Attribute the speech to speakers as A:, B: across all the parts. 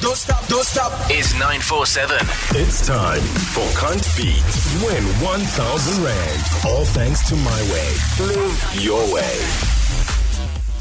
A: Don't stop, don't stop.
B: is 947.
C: It's time for Cunt Beat. Win 1,000 Rand. All thanks to my way. Live your way.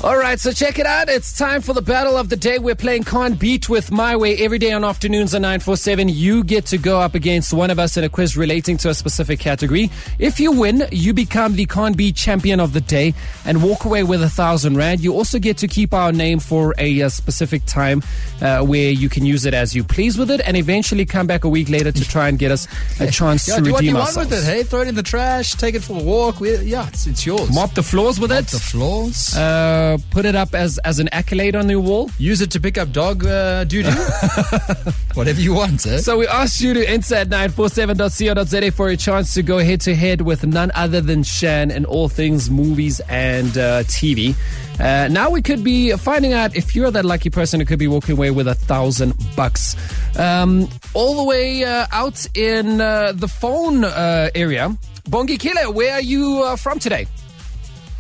D: All right, so check it out. It's time for the battle of the day. We're playing Con Beat with My Way every day on afternoons at 947. You get to go up against one of us in a quiz relating to a specific category. If you win, you become the Con Beat champion of the day and walk away with a thousand rand. You also get to keep our name for a, uh specific time uh, where you can use it as you please with it and eventually come back a week later to try and get us a chance
E: Yeah,
D: to
E: do what
D: redeem
E: you want
D: ourselves.
E: with it. Hey, throw it in the trash, take it for a walk. We, yeah, it's, it's yours.
D: Mop the floors with it.
E: the floors.
D: uh, put it up as, as an accolade on your wall.
E: Use it to pick up dog uh, doo doo. Whatever you want, eh?
D: So we asked you to enter at 947.co.za for a chance to go head to head with none other than Shan in all things movies and uh, TV. Uh, now we could be finding out if you're that lucky person who could be walking away with a thousand bucks. Um, all the way uh, out in uh, the phone uh, area. Bongi Killer, where are you uh, from today?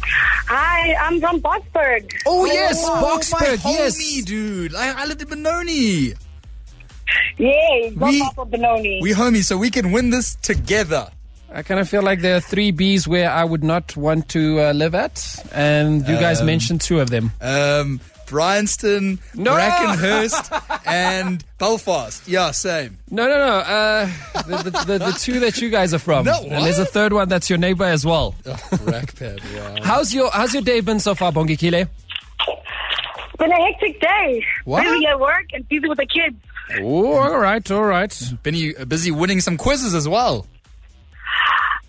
F: Hi, I'm from Botsburg.
D: Oh, yes, Boxburg,
E: my
D: yes.
E: homie, dude. I, I lived in Benoni.
F: Yay, go
E: We-
F: Papa Benoni.
E: We homies, so we can win this together.
D: I kind of feel like there are three Bs where I would not want to uh, live at, and you guys mentioned two of them.
E: Um, Bryanston,
D: No!
E: Brackenhurst, and Belfast. Yeah, same.
D: No, no, no. Uh, the, the, the, the two that you guys are from.
E: No,
D: And there's a
E: what?
D: third one that's your neighbor as well.
E: Oh, Brackpad, wow.
D: How's your How's your day been so far, Bongi Kile?
F: It's been a hectic day.
E: What?
F: Busy at work and busy with the kids.
D: Oh, all right, all right.
E: Been you- uh, busy winning some quizzes as well.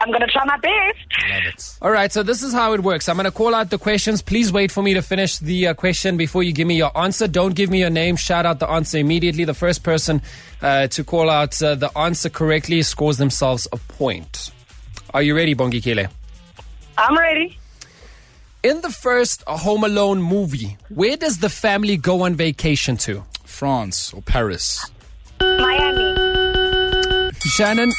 F: I'm gonna try my best.
E: Love it.
D: All right, so this is how it works. I'm going to call out the questions. Please wait for me to finish the uh, question before you give me your answer. Don't give me your name. Shout out the answer immediately. The first person uh, to call out uh, the answer correctly scores themselves a point. Are you ready, Bongi Kile?
F: I'm ready.
D: In the first Home Alone movie, where does the family go on vacation to?
E: France or Paris.
F: Miami.
D: Shannon,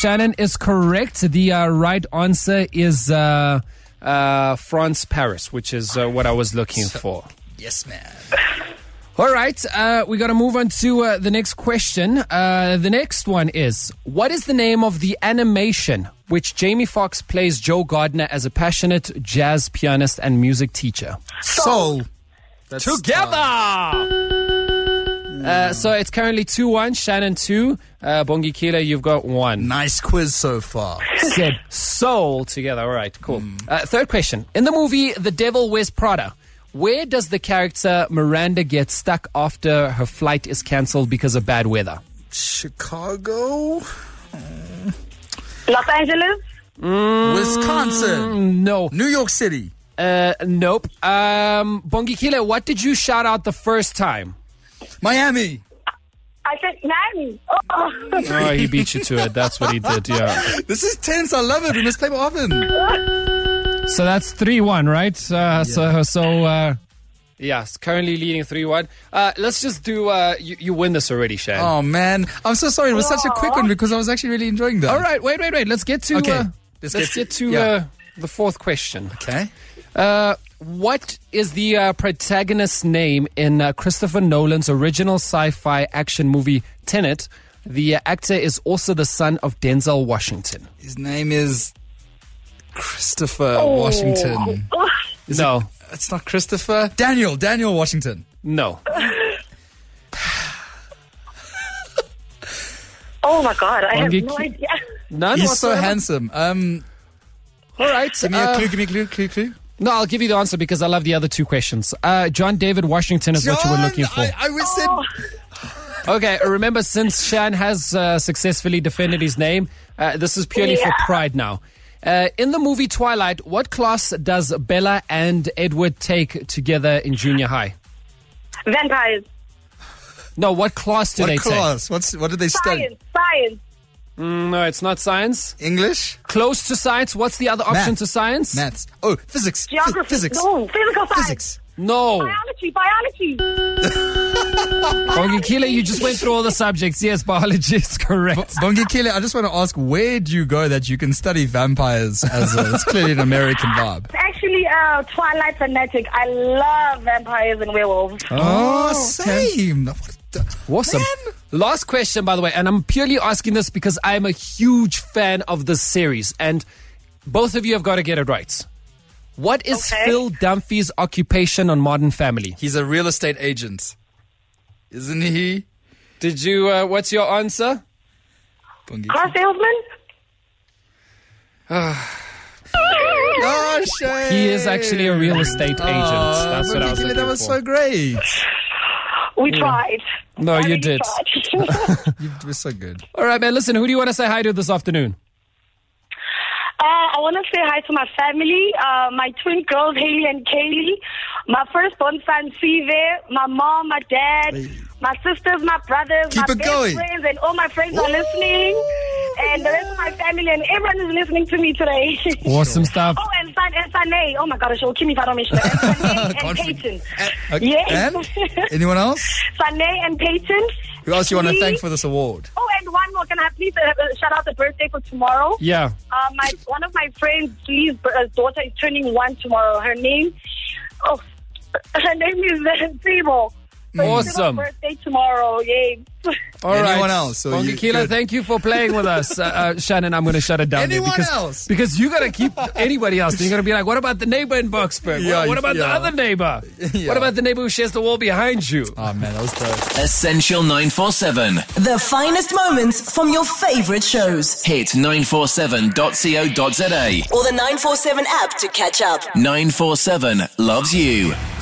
D: Shannon is correct. The uh, right answer is uh, uh, France Paris, which is uh, what I was looking for.
E: Yes, man.
D: All right, uh, we got to move on to uh, the next question. Uh, the next one is: What is the name of the animation which Jamie Foxx plays Joe Gardner as a passionate jazz pianist and music teacher?
E: Soul. That's
D: Uh, so it's currently two one. Shannon two. Uh, Bongi Kila, you've got one.
E: Nice quiz so far.
D: said soul together. All right, cool. Uh, third question. In the movie The Devil Wears Prada, where does the character Miranda get stuck after her flight is cancelled because of bad weather?
E: Chicago,
F: Los Angeles.
E: Wisconsin,
D: No.
E: New York City.
D: Uh, nope. Um, Bongi Kile, what did you shout out the first time?
E: Miami.
F: I said Miami. Oh.
D: Oh, he beat you to it. That's what he did, yeah.
E: This is tense. I love it. We must play more often.
D: So that's 3 1, right? Uh, So, so uh, yeah, it's currently leading 3 1. Uh, let's just do, uh, you, you win this already, Shan.
E: Oh man, I'm so sorry. It was such a quick one because I was actually really enjoying that.
D: All right, wait, wait, wait. Let's get to
E: Okay.
D: uh, let's,
E: Let's
D: get
E: get
D: to,
E: to- yeah.
D: uh, the fourth question.
E: Okay.
D: Uh, what is the uh, protagonist's name in uh, Christopher Nolan's original sci-fi action movie Tenet? The uh, actor is also the son of Denzel Washington.
E: His name is Christopher Washington.
D: no,
E: It's not Christopher. Daniel. Daniel Washington.
D: no.
F: Oh my god, I have
D: Wangi-
F: no idea.
D: None
E: He's so
D: whatsoever.
E: handsome. Um,
D: All right.
E: give me
D: uh,
E: a clue. Give me a clue. Clue. Clue.
D: No, I'll give you the answer because I love the other two questions. Uh, John David Washington is what you were looking for.
E: I, I was said
D: Okay, remember, since Shan has uh, successfully defended his name, uh, this is purely for
F: Yeah.
D: pride now. Uh, in the movie Twilight, what class does Bella and Edward take together in junior high?
F: Vampires.
D: No, what class do
E: what
D: they
E: class? What's what did they
F: Science.
E: study?
F: Science.
D: take? No, it's not science.
E: English.
D: Close to science. What's the other option
E: Math.
D: to science?
E: Maths. Oh, physics. Phy-
F: Geography.
E: physics.
F: No, physical science.
E: Physics.
D: No.
F: Biology. Biology.
D: Bongi Kile, you just went through all the subjects. Yes, biology is correct.
E: Bongi Kile, I just want to ask, where do you go that you can study vampires as a, it's clearly an American vibe?
F: Actually, uh, Twilight fanatic. I love vampires and werewolves.
E: Oh, same. What-
D: Awesome. Last question, by the way, and I'm purely asking this because I'm a huge fan of this series, and both of you have got to get it right. What is
F: Okay.
D: Phil Dunphy's occupation on Modern Family?
E: He's a real estate agent, isn't he?
D: Did you? Uh, what's your answer?
E: Bungie.
F: Car salesman?
E: Oh, shame.
D: He is actually a real estate agent.
E: Oh,
D: That's what I was
E: Bungie,
D: looking
E: That was
D: for.
E: so great.
F: We tried.
D: No,
F: I
D: you
F: really
D: did.
F: tried.
E: You were so good.
D: All right, man. Listen, who do you want to say hi to this afternoon?
F: Uh, I want to say hi to my family, uh, my twin girls, Haley and Kaylee, my firstborn son, Sive, my mom, my dad, my sisters, my brothers, my
E: Keep it
F: best
E: going.
F: friends, and all my friends are listening, and the rest of my family, and everyone is listening to me today.
D: Awesome stuff.
F: Oh, and San and Sane. Oh my God, I should kill me if I don't mention it. And Sane and
E: Config-
F: Peyton.
E: A- okay,
F: Yes.
E: And anyone else?
F: Sane and Peyton.
E: Who else you want to
F: Me.
E: thank for this award?
F: Oh, and one more. Can I please uh, uh, shout out the birthday for tomorrow?
D: Yeah.
F: Uh, my one of my friends, Lee's b- uh, daughter, is turning one tomorrow. Her name, oh, her name is uh, Sibo. So it's Sibo's
D: Awesome.
F: birthday tomorrow. Yay.
D: All right.
E: Anyone else? So
D: Bongi
E: you-
D: Keela,
E: good.
D: thank you for playing with us. Uh, uh, Shannon, I'm going to shut it down. there
E: Anyone
D: because,
E: else?
D: Because you got to keep anybody else. You're going to be like, what about the neighbor in Boxburg?
E: Yeah,
D: what, what about the
E: yeah.
D: other neighbor?
E: Yeah.
D: What about the neighbor who shares the wall behind you?
E: Oh, man, that was tough.
A: Essential 947.
B: The finest moments from your favorite shows
A: Hit 947.co.za.
B: or the 947 app to catch up.
A: 947 loves you.